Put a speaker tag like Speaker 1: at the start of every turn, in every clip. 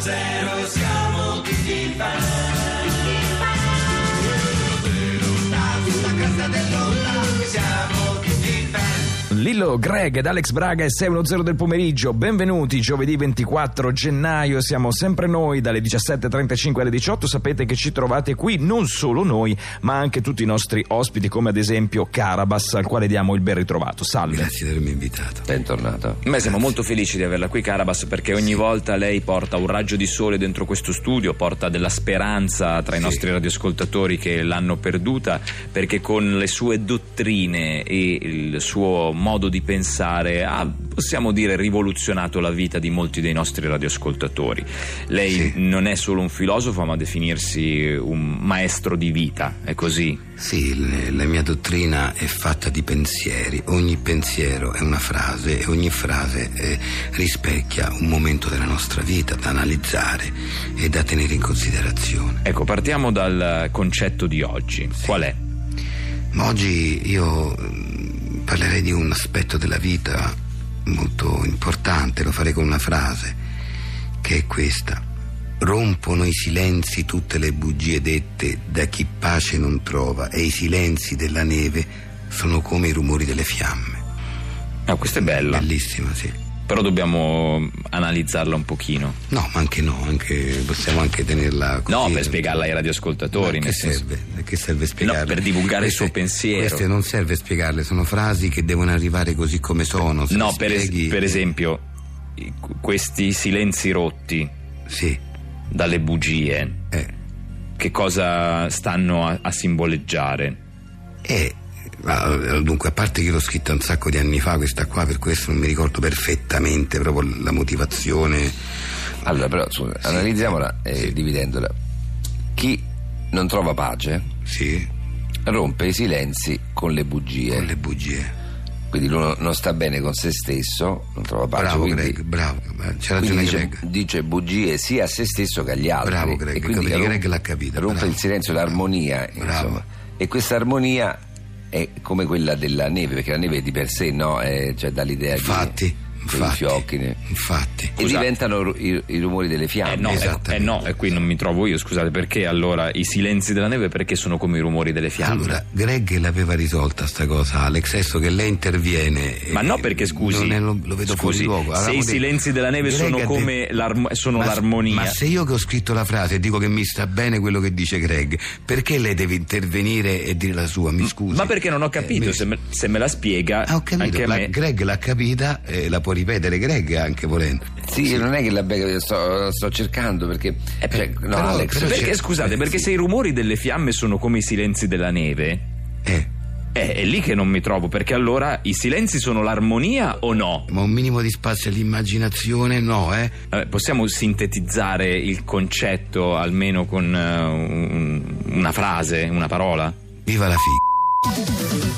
Speaker 1: zero siamo tutti fan. Sulla cresta dell'onda siamo tutti fan.
Speaker 2: Lillo, Greg ed Alex Braga è 6.10 del pomeriggio, benvenuti giovedì 24 gennaio, siamo sempre noi dalle 17.35 alle 18, sapete che ci trovate qui non solo noi ma anche tutti i nostri ospiti come ad esempio Carabas al quale diamo il ben ritrovato, salve.
Speaker 3: Grazie di avermi invitato.
Speaker 4: Bentornata.
Speaker 5: Noi siamo molto felici di averla qui, Carabas, perché ogni volta lei porta un raggio di sole dentro questo studio, porta della speranza tra i
Speaker 3: Sì.
Speaker 5: nostri radioascoltatori che l'hanno perduta, perché con le sue dottrine e il suo modo di pensare ha, possiamo dire, rivoluzionato la vita di molti dei nostri radioascoltatori. Lei
Speaker 3: Sì.
Speaker 5: non è solo un filosofo, ma definirsi un maestro di vita, è così?
Speaker 3: Sì, le- la mia dottrina è fatta di pensieri, ogni pensiero è una frase e ogni frase eh, rispecchia un momento della nostra vita da analizzare e da tenere in considerazione.
Speaker 5: Ecco, partiamo dal concetto di oggi. Qual è?
Speaker 3: Ma oggi io mm, parlerei di un aspetto della vita molto importante, lo farei con una frase che è questa. Rompono i silenzi tutte le bugie dette da chi pace non trova e i silenzi della neve sono come i rumori delle fiamme.
Speaker 5: Ah, questa è bella,
Speaker 3: Bellissima, sì.
Speaker 5: però dobbiamo analizzarla un pochino.
Speaker 3: No, ma anche no, anche- possiamo anche tenerla così.
Speaker 5: No, per spiegarla ai radioascoltatori,
Speaker 3: Ma
Speaker 5: nel
Speaker 3: Che
Speaker 5: senso-
Speaker 3: serve? Che serve spiegarle?
Speaker 5: No, per divulgare il
Speaker 3: Queste-
Speaker 5: suo pensiero.
Speaker 3: Queste non serve spiegarle, sono frasi che devono arrivare così come sono. se
Speaker 5: No,
Speaker 3: le
Speaker 5: per, es-
Speaker 3: spieghi-
Speaker 5: per esempio, i- questi silenzi rotti
Speaker 3: Sì,
Speaker 5: dalle bugie,
Speaker 3: eh.
Speaker 5: che cosa stanno a, a simboleggiare?
Speaker 3: E ma, eh, dunque, a parte che l'ho scritta un sacco di anni fa, questa qua, per questo non mi ricordo perfettamente proprio la motivazione.
Speaker 4: Allora, però, scusa, analizziamola eh, dividendola. Chi non trova pace
Speaker 3: Sì,
Speaker 4: rompe i silenzi con le bugie.
Speaker 3: con le bugie.
Speaker 4: Quindi lui non sta bene con se stesso, non trova pace.
Speaker 3: Bravo
Speaker 4: quindi...
Speaker 3: Greg, bravo. eh, C'ha
Speaker 4: quindi
Speaker 3: ragione
Speaker 4: dice,
Speaker 3: Greg.
Speaker 4: dice bugie sia a se stesso che agli altri.
Speaker 3: Bravo Greg,
Speaker 4: E quindi
Speaker 3: capito,
Speaker 4: rom-
Speaker 3: Greg l'ha capito,
Speaker 4: Rompe
Speaker 3: bravo.
Speaker 4: il silenzio, l'armonia.
Speaker 3: Bravo.
Speaker 4: Insomma. E questa armonia è come quella della neve, perché la neve di per sé no, è, cioè dà l'idea
Speaker 3: Infatti,
Speaker 4: di dei
Speaker 3: infatti.
Speaker 4: fiocchi. ne-
Speaker 3: Infatti.
Speaker 4: E
Speaker 5: Scusate.
Speaker 4: diventano ru- i, i rumori delle fiamme.
Speaker 5: Eh no, ecco, eh
Speaker 3: Ah, esattamente.
Speaker 5: no, e qui non mi trovo io, scusate, perché allora i silenzi della neve perché sono come i rumori delle fiamme?
Speaker 3: Allora, Greg l'aveva risolta sta cosa, Alex, adesso che lei interviene. eh,
Speaker 5: Ma no, perché scusi,
Speaker 3: non è- lo, lo vedo
Speaker 5: scusi,
Speaker 3: fuori luogo.
Speaker 5: se i
Speaker 3: Avevamo
Speaker 5: silenzi della neve
Speaker 3: Greg
Speaker 5: sono
Speaker 3: ha
Speaker 5: come
Speaker 3: detto-
Speaker 5: l'armo- sono
Speaker 3: Ma-
Speaker 5: l'armonia.
Speaker 3: Ma se io che ho scritto la frase dico che mi sta bene quello che dice Greg, perché lei deve intervenire e dire la sua? Mi scusi.
Speaker 5: Ma perché non ho capito,
Speaker 3: Eh, mi-
Speaker 5: se, me, se me la spiega
Speaker 3: Ah, ho capito.
Speaker 5: anche a
Speaker 3: la-
Speaker 5: me.
Speaker 3: Greg l'ha capita e la può ripetere Greg anche volendo.
Speaker 4: Sì, non è che la becca, sto, sto cercando perché.
Speaker 5: Eh,
Speaker 4: cioè, no,
Speaker 3: però-
Speaker 4: Alex.
Speaker 3: però
Speaker 5: perché
Speaker 3: c'è-
Speaker 5: scusate,
Speaker 3: eh,
Speaker 5: perché
Speaker 3: sì.
Speaker 5: se i rumori delle fiamme sono come i silenzi della neve,
Speaker 3: Eh,
Speaker 5: eh, è lì che non mi trovo, perché allora i silenzi sono l'armonia o no?
Speaker 3: ma un minimo di spazio all'immaginazione no, eh?
Speaker 5: Vabbè, possiamo sintetizzare il concetto almeno con eh, un- una frase, una parola?
Speaker 3: Viva la figa.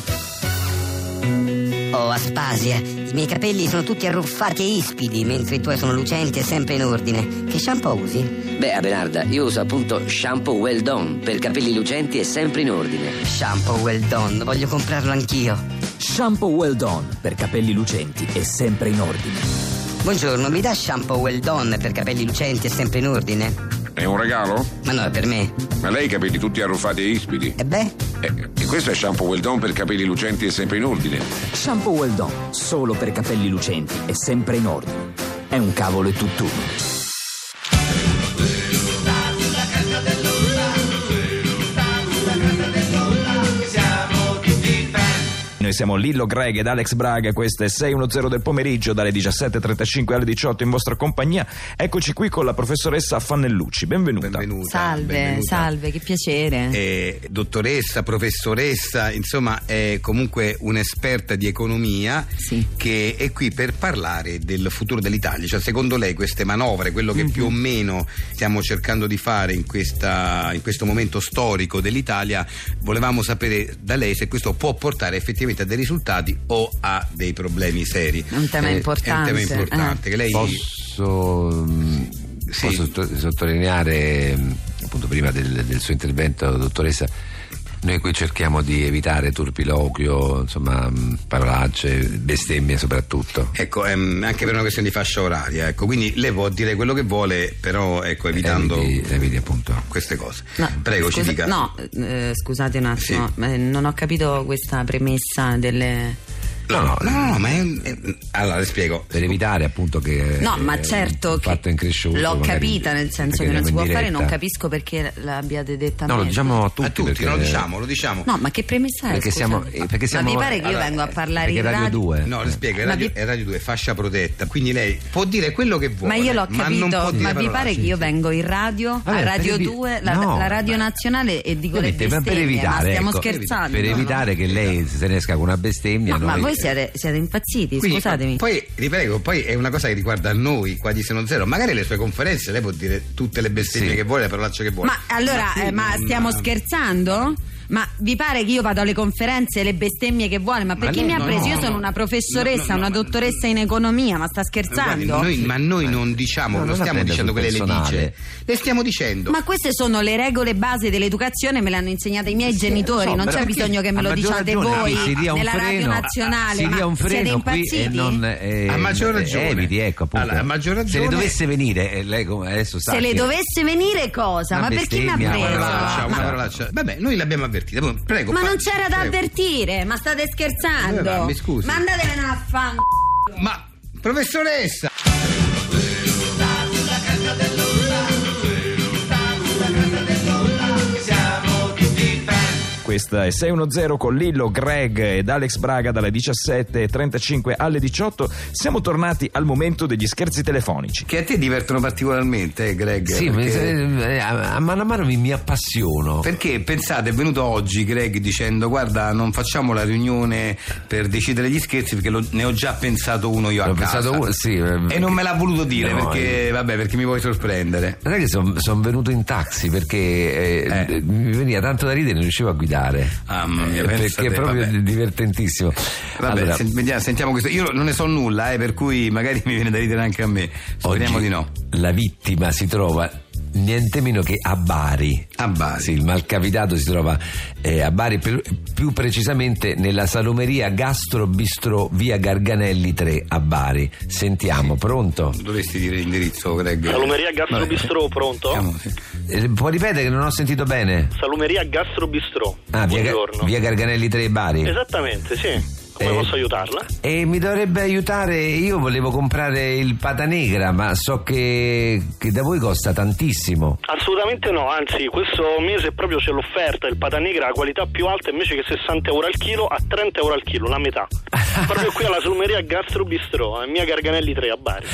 Speaker 6: Oh Aspasia, i miei capelli sono tutti arruffati e ispidi, mentre i tuoi sono lucenti e sempre in ordine. Che shampoo usi?
Speaker 7: Beh, Abelarda, io uso appunto shampoo well done per capelli lucenti e sempre in ordine.
Speaker 6: Shampoo well done, voglio comprarlo anch'io.
Speaker 8: Shampoo Well Done per capelli lucenti e sempre in ordine.
Speaker 6: Buongiorno, mi dà shampoo well done per capelli lucenti e sempre in ordine?
Speaker 9: È un regalo?
Speaker 6: Ma no, è per me.
Speaker 9: Ma lei ha i capelli tutti arruffati e ispidi.
Speaker 6: E beh,
Speaker 9: Eh, e questo è shampoo well done per capelli lucenti e sempre in ordine.
Speaker 8: Shampoo Well Done solo per capelli lucenti e sempre in ordine. È un cavolo e tutt'uno.
Speaker 2: Noi siamo Lillo Greg ed Alex Braga, questo è 610 del pomeriggio dalle 17.35 alle 18 in vostra compagnia. Eccoci qui con la professoressa Fannellucci, benvenuta.
Speaker 3: Benvenuta.
Speaker 10: Salve,
Speaker 3: benvenuta.
Speaker 10: salve, che piacere.
Speaker 3: Eh, dottoressa, professoressa, insomma è comunque un'esperta di economia
Speaker 10: Sì.
Speaker 3: che è qui per parlare del futuro dell'Italia, cioè secondo lei queste manovre, quello che più o
Speaker 10: Mm-hmm.
Speaker 3: meno stiamo cercando di fare in, questa- in questo momento storico dell'Italia, volevamo sapere da lei se questo può portare effettivamente a dei risultati o a dei problemi seri. Eh,
Speaker 10: È un tema
Speaker 3: È un
Speaker 10: importante, Eh.
Speaker 3: tema importante che lei...
Speaker 4: Posso, mm, mh,
Speaker 3: Sì.
Speaker 4: mm, posso sotto- sottolineare, mh, appunto prima del, del suo intervento, dottoressa, Noi qui cerchiamo di evitare turpiloquio, insomma, mh, parolacce, bestemmie soprattutto.
Speaker 3: Ecco, ehm, anche per una questione di fascia oraria, ecco, quindi lei può dire quello che vuole, però ecco, evitando
Speaker 4: Eviti, eviti, eh, appunto.
Speaker 3: queste cose.
Speaker 10: No,
Speaker 3: Prego,
Speaker 10: scusa-
Speaker 3: ci dica.
Speaker 10: No, eh, scusate un attimo, eh, non ho capito questa premessa delle...
Speaker 4: No, no,
Speaker 3: No, no, no, ma è un- è- Allora, le spiego.
Speaker 4: per evitare appunto che...
Speaker 10: No,
Speaker 4: eh,
Speaker 10: ma certo
Speaker 4: un
Speaker 10: che
Speaker 4: fatto incresciuto.
Speaker 10: l'ho
Speaker 4: magari-
Speaker 10: capita, nel senso
Speaker 4: magari
Speaker 10: che non si
Speaker 4: andiamo
Speaker 10: può
Speaker 4: in
Speaker 10: fare, non
Speaker 4: diretta.
Speaker 10: capisco perché l'abbiate detta a
Speaker 4: No,
Speaker 10: me.
Speaker 4: lo diciamo a
Speaker 3: a
Speaker 4: tutti.
Speaker 3: tutti,
Speaker 4: perché...
Speaker 3: no, lo diciamo, lo diciamo.
Speaker 10: No, ma che premessa è?
Speaker 4: Perché
Speaker 10: scusa?
Speaker 4: siamo, eh, perché siamo-
Speaker 10: ma mi pare che
Speaker 4: allora, eh,
Speaker 10: io vengo a parlare
Speaker 4: perché
Speaker 10: in
Speaker 4: Radio eh.
Speaker 10: radio-
Speaker 4: 2
Speaker 3: No, le spiego, è
Speaker 10: Ma
Speaker 3: radio,
Speaker 10: vi-
Speaker 3: è Radio 2, fascia protetta, quindi lei può dire quello che vuole.
Speaker 10: Ma io l'ho
Speaker 3: non può
Speaker 10: capito,
Speaker 3: dire
Speaker 10: ma vi
Speaker 3: parolacce.
Speaker 10: pare che io vengo in radio,
Speaker 4: Vabbè,
Speaker 10: a Radio
Speaker 4: per evi-
Speaker 10: 2, la,
Speaker 4: no,
Speaker 10: la radio
Speaker 4: ma-
Speaker 10: nazionale e dico le
Speaker 4: Ovviamente, ma
Speaker 10: bestemmie,
Speaker 4: per evitare,
Speaker 10: ma stiamo
Speaker 4: ecco,
Speaker 10: scherzando.
Speaker 4: per
Speaker 10: no?
Speaker 4: evitare che lei se ne esca con una bestemmia
Speaker 10: No, ma
Speaker 4: noi- eh.
Speaker 10: voi siete, siete impazziti,
Speaker 3: Quindi,
Speaker 10: scusatemi.
Speaker 3: Poi, riprego, poi è una cosa che riguarda noi qua di Seno Zero. Magari le sue conferenze, lei può dire tutte le bestemmie
Speaker 4: Sì.
Speaker 3: che vuole, le parolacce che vuole.
Speaker 10: Ma allora,
Speaker 3: sì,
Speaker 10: eh, ma
Speaker 3: non-
Speaker 10: stiamo scherzando? Ma vi pare che io vado alle conferenze e le bestemmie che vuole? Ma perché
Speaker 3: lei-
Speaker 10: mi ha
Speaker 3: no,
Speaker 10: preso? Io
Speaker 3: no,
Speaker 10: sono
Speaker 3: no.
Speaker 10: una professoressa,
Speaker 3: No, no, no,
Speaker 10: una
Speaker 3: ma-
Speaker 10: dottoressa in economia, ma sta
Speaker 4: Eh,
Speaker 3: Guardi,
Speaker 10: scherzando?
Speaker 3: noi, ma
Speaker 10: Eh.
Speaker 3: noi non diciamo,
Speaker 4: No,
Speaker 3: non
Speaker 4: non la
Speaker 3: stiamo
Speaker 4: prenda
Speaker 3: dicendo
Speaker 4: sul
Speaker 3: che lei le
Speaker 4: personale.
Speaker 3: dice, le stiamo dicendo.
Speaker 10: Ma queste sono le regole base dell'educazione, me le hanno insegnate i miei genitori,
Speaker 4: so,
Speaker 10: non c'è
Speaker 4: perché-
Speaker 10: bisogno che
Speaker 4: a
Speaker 10: me lo
Speaker 4: maggior
Speaker 10: diciate
Speaker 4: ragione,
Speaker 10: voi
Speaker 4: si dia un
Speaker 10: nella radio
Speaker 4: freno,
Speaker 10: nazionale.
Speaker 4: si
Speaker 10: ma
Speaker 4: dia un
Speaker 10: siete
Speaker 4: freno qui
Speaker 10: impazziti?
Speaker 4: e non eh,
Speaker 3: A maggior ragione.
Speaker 4: eviti ecco appunto
Speaker 3: Allora, a maggior
Speaker 4: se le
Speaker 3: ragione-
Speaker 4: dovesse venire eh, lei come adesso sa
Speaker 10: Se le
Speaker 4: che-
Speaker 10: dovesse venire cosa?
Speaker 4: Una
Speaker 10: Ma perché mi ha
Speaker 4: bestemmia,
Speaker 10: preso?
Speaker 3: una
Speaker 4: una
Speaker 3: parolaccia,
Speaker 4: parolaccia,
Speaker 3: una
Speaker 10: Ma-
Speaker 3: parolaccia. Vabbè, noi l'abbiamo avvertita. Poi, Prego.
Speaker 10: Ma
Speaker 3: fa-
Speaker 10: non c'era
Speaker 4: certo.
Speaker 10: da
Speaker 3: prego.
Speaker 10: avvertire, ma state scherzando.
Speaker 4: Eh,
Speaker 3: Dove va? Mi scusi.
Speaker 10: Ma andatevene a fan.
Speaker 3: Ma professoressa,
Speaker 2: Questa è 610 con Lillo, Greg ed Alex Braga dalle 17.35 alle 18. Siamo tornati al momento degli scherzi telefonici.
Speaker 3: che a te divertono particolarmente, eh, Greg?
Speaker 4: sì ma-
Speaker 3: perché...
Speaker 4: eh, a a mano a mano mi, mi appassiono
Speaker 3: Perché pensate, è venuto oggi Greg dicendo guarda non facciamo la riunione per decidere gli scherzi perché lo- ne ho già pensato uno io a
Speaker 4: L'ho
Speaker 3: casa.
Speaker 4: pensato uno, sì, eh,
Speaker 3: e non me l'ha voluto dire
Speaker 4: no, eh.
Speaker 3: perché, vabbè, perché mi vuoi sorprendere.
Speaker 4: non è che sono venuto in taxi perché eh,
Speaker 3: Eh.
Speaker 4: mi veniva tanto da ridere e non riuscivo a guidare
Speaker 3: Ah, mamma mia,
Speaker 4: Eh,
Speaker 3: pensa
Speaker 4: perché
Speaker 3: te,
Speaker 4: è proprio
Speaker 3: vabbè.
Speaker 4: divertentissimo
Speaker 3: Vabbè,
Speaker 4: Allora,
Speaker 3: sen- vediamo- sentiamo questo. Io non ne so nulla, eh, per cui magari mi viene da ridere anche a me. Speriamo
Speaker 4: oggi
Speaker 3: di no.
Speaker 4: la vittima si trova niente meno che a Bari
Speaker 3: A Bari.
Speaker 4: Sì, il malcapitato si trova eh, a Bari, per- più precisamente nella salumeria Gastro Bistro via Garganelli 3 a Bari. Sentiamo, pronto?
Speaker 3: Dovresti dire l'indirizzo, Greg.
Speaker 11: Salumeria Gastro
Speaker 3: Vabbè.
Speaker 11: Bistrò, pronto?
Speaker 3: Siamo- sì.
Speaker 4: Eh, può ripetere che non ho sentito bene?
Speaker 11: Salumeria Gastro Bistrò.
Speaker 4: Ah, via, Ga-
Speaker 11: Buongiorno.
Speaker 4: via Garganelli 3 Bari.
Speaker 11: Esattamente, sì. Come
Speaker 4: Eh,
Speaker 11: posso aiutarla?
Speaker 4: E mi dovrebbe aiutare, io volevo comprare il pata negra, ma so che, che da voi costa tantissimo.
Speaker 11: Assolutamente no, anzi questo mese proprio c'è l'offerta del pata negra a qualità più alta invece che 60 euro al chilo a 30 euro al chilo, la metà. proprio qui alla salumeria Gastro Bistrò, a Mia Garganelli 3 a Bari.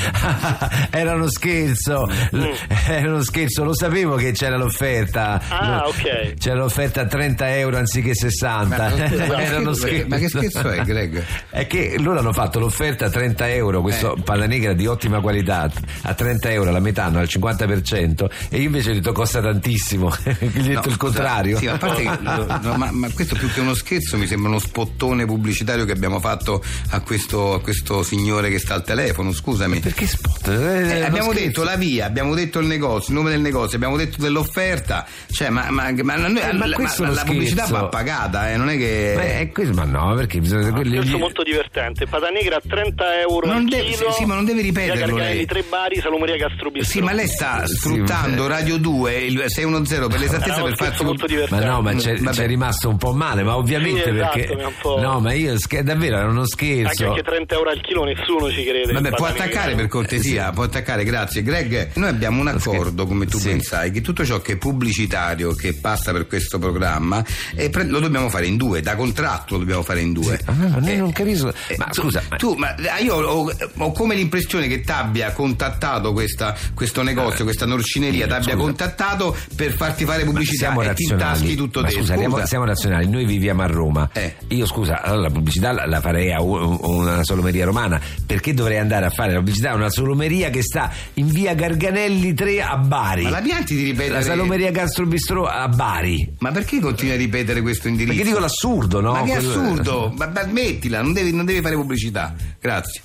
Speaker 4: era uno scherzo, l-
Speaker 11: Mm.
Speaker 4: era uno scherzo, lo sapevo che c'era l'offerta.
Speaker 11: Ah,
Speaker 4: Lo-
Speaker 11: ok.
Speaker 4: C'era l'offerta a 30 euro anziché 60.
Speaker 3: Ma- ma che
Speaker 4: era uno
Speaker 3: scherzo è?
Speaker 4: scherzo.
Speaker 3: Ma che scherzo è, Greg? Eh.
Speaker 4: È che loro hanno fatto l'offerta a 30 euro, questo palla negra di ottima qualità, a 30 euro, la metà, no, al 50%, e io invece ho detto costa tantissimo, gli ho detto
Speaker 3: No,
Speaker 4: il contrario.
Speaker 3: Sì, ma a parte che- no, no, ma, ma questo più che uno scherzo mi sembra uno spottone pubblicitario che abbiamo fatto a questo, a questo signore che sta al telefono, scusami.
Speaker 4: Perché spot? Eh,
Speaker 3: Eh,
Speaker 4: uno
Speaker 3: abbiamo
Speaker 4: scherzo.
Speaker 3: detto la via, abbiamo detto il negozio, il nome del negozio, abbiamo detto dell'offerta, cioè, ma, ma- ma- ma-
Speaker 4: Eh, ma
Speaker 3: la-
Speaker 4: questo è
Speaker 3: la
Speaker 4: uno
Speaker 3: pubblicità
Speaker 4: scherzo.
Speaker 3: va pagata, eh, non è che.
Speaker 4: Beh, è questo- ma no, perché bisogna. quelli-
Speaker 11: Questo molto divertente, pata negra a 30 euro
Speaker 3: Non
Speaker 11: al
Speaker 3: deve-
Speaker 11: chilo.
Speaker 3: sì, ma non deve
Speaker 11: Via
Speaker 3: ripeterlo
Speaker 11: Garganelli
Speaker 3: lei.
Speaker 11: 3 Bari, salumeria Gastro Bistrò.
Speaker 3: sì, ma lei sta
Speaker 4: Sì,
Speaker 3: sfruttando Radio 2, il 610 per
Speaker 11: Era
Speaker 3: l'esattezza
Speaker 11: uno
Speaker 3: per
Speaker 11: scherzo
Speaker 3: farsi.
Speaker 11: molto
Speaker 4: Ma
Speaker 11: divertente.
Speaker 4: no, ma c'è,
Speaker 3: Vabbè.
Speaker 4: c'è rimasto un po' male, ma ovviamente
Speaker 11: Sì, esatto,
Speaker 4: perché.
Speaker 11: mi ha un po'-
Speaker 4: No, ma io sch- davvero era uno
Speaker 11: Anche
Speaker 4: scherzo.
Speaker 11: perché 30 euro al chilo nessuno ci crede.
Speaker 3: Vabbè,
Speaker 11: Il
Speaker 3: può
Speaker 11: pata negra.
Speaker 3: attaccare per cortesia, può attaccare, grazie. Greg, noi abbiamo un accordo, come tu
Speaker 4: Sì.
Speaker 3: pensai che tutto ciò che è pubblicitario, che passa per questo programma, eh, pre- lo dobbiamo fare in due, da contratto lo dobbiamo fare in due.
Speaker 4: Ah, ma
Speaker 3: Eh,
Speaker 4: io non capisco.
Speaker 3: eh,
Speaker 4: Ma
Speaker 3: tu-
Speaker 4: scusa, ma-
Speaker 3: tu, ma eh, io ho, ho come l'impressione che ti abbia contattato questa- questo negozio, questa norcineria, ti abbia
Speaker 4: Eh, scusa.
Speaker 3: contattato per farti fare
Speaker 4: Ma
Speaker 3: pubblicità
Speaker 4: siamo
Speaker 3: e ti intaschi
Speaker 4: razionali.
Speaker 3: tutto
Speaker 4: ma
Speaker 3: dentro.
Speaker 4: scusa, siamo,
Speaker 3: Scusa.
Speaker 4: siamo razionali. Noi viviamo a Roma.
Speaker 3: Eh.
Speaker 4: Io, scusa, allora la pubblicità la, la farei a u- una solomeria romana. Perché dovrei andare a fare la pubblicità a una solomeria che sta in via Garganelli 3 a Bari?
Speaker 3: Ma la pianti di ripetere.
Speaker 4: La salomeria Castro Bistrò a Bari.
Speaker 3: Ma perché continui a ripetere questo indirizzo?
Speaker 4: Perché dico l'assurdo, no?
Speaker 3: ma che
Speaker 4: Quello-
Speaker 3: assurdo! Ma, ma smettila, non devi, non devi fare pubblicità. Grazie.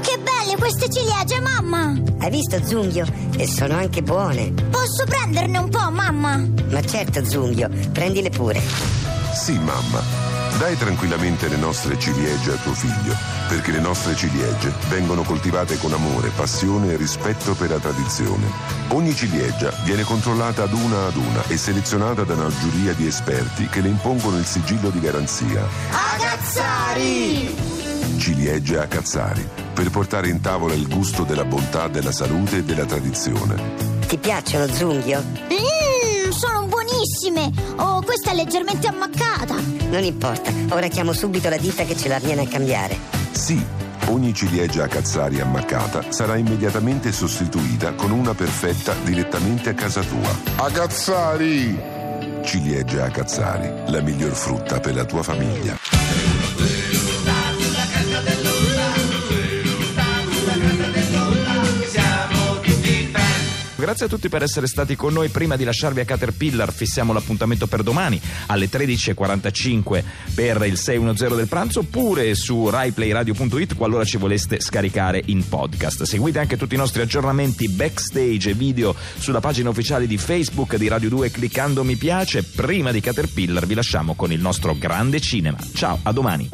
Speaker 1: Che belle
Speaker 10: queste ciliegie, mamma!
Speaker 6: Hai visto Zunghio? E sono anche buone.
Speaker 10: Posso prenderne un po', mamma?
Speaker 6: Ma certo Zunghio, prendile pure.
Speaker 12: Sì, mamma. Dai tranquillamente le nostre ciliegie a tuo figlio, perché le nostre ciliegie vengono coltivate con amore, passione e rispetto per la tradizione. Ogni ciliegia viene controllata ad una ad una e selezionata da una giuria di esperti che le impongono il sigillo di garanzia.
Speaker 10: Agazzari!
Speaker 12: Ciliegie a Cazzari, per portare in tavola il gusto della bontà, della salute e della tradizione.
Speaker 6: Ti piacciono Zunghio?
Speaker 10: Mmm, sono buonissime! Oh, questa è leggermente ammaccata!
Speaker 6: Non importa, ora chiamo subito la ditta che ce la viene a cambiare.
Speaker 12: Sì, ogni ciliegia a Cazzari ammaccata sarà immediatamente sostituita con una perfetta direttamente a casa tua. Agazzari! Ciliegia a Cazzari, la miglior frutta per la tua famiglia.
Speaker 2: Grazie a tutti per essere stati con noi. Prima di lasciarvi a Caterpillar, fissiamo l'appuntamento per domani alle 13.45 per il 610 del pranzo oppure su raiplayradio.it qualora ci voleste scaricare in podcast. Seguite anche tutti i nostri aggiornamenti backstage e video sulla pagina ufficiale di Facebook di Radio 2 cliccando mi piace. Prima di Caterpillar vi lasciamo con il nostro grande cinema. Ciao, a domani.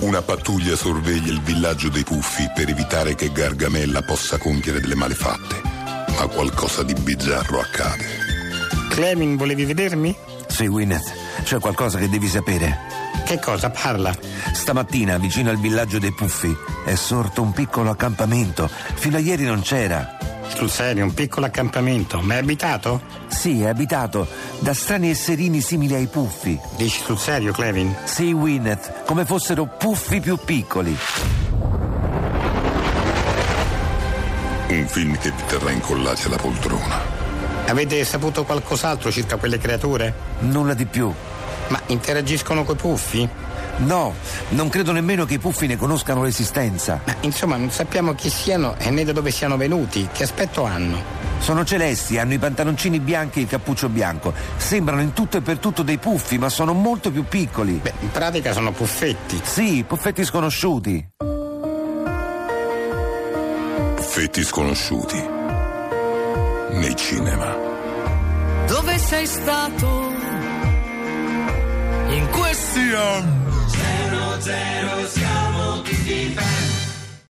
Speaker 13: Una pattuglia sorveglia il villaggio dei puffi per evitare che Gargamella possa compiere delle malefatte. Ma qualcosa di bizzarro accade.
Speaker 3: Clemin, volevi vedermi?
Speaker 4: Sì, Winnet, c'è qualcosa che devi sapere.
Speaker 3: Che cosa? Parla.
Speaker 4: Stamattina, vicino al villaggio dei puffi, è sorto un piccolo accampamento. Fino a ieri non c'era.
Speaker 3: Sul serio, un piccolo accampamento. Ma è abitato?
Speaker 4: Sì, è abitato da strani esserini simili ai puffi.
Speaker 3: Dici sul serio, Clevin?
Speaker 4: Sì, Winnet, come fossero puffi più piccoli.
Speaker 13: Un film che vi terrà incollati alla poltrona.
Speaker 3: Avete saputo qualcos'altro circa quelle creature?
Speaker 4: Nulla di più.
Speaker 3: Ma interagiscono coi puffi?
Speaker 4: No, non credo nemmeno che i puffi ne conoscano l'esistenza.
Speaker 3: Ma insomma, non sappiamo chi siano e né da dove siano venuti. Che aspetto hanno?
Speaker 4: Sono celesti, hanno i pantaloncini bianchi e il cappuccio bianco. Sembrano in tutto e per tutto dei puffi, ma sono molto più piccoli.
Speaker 3: Beh, in pratica sono puffetti.
Speaker 4: Sì, puffetti sconosciuti.
Speaker 13: Fetti sconosciuti. Nei cinema.
Speaker 14: Dove sei stato in questi anni?
Speaker 15: 0-0 siamo tutti fan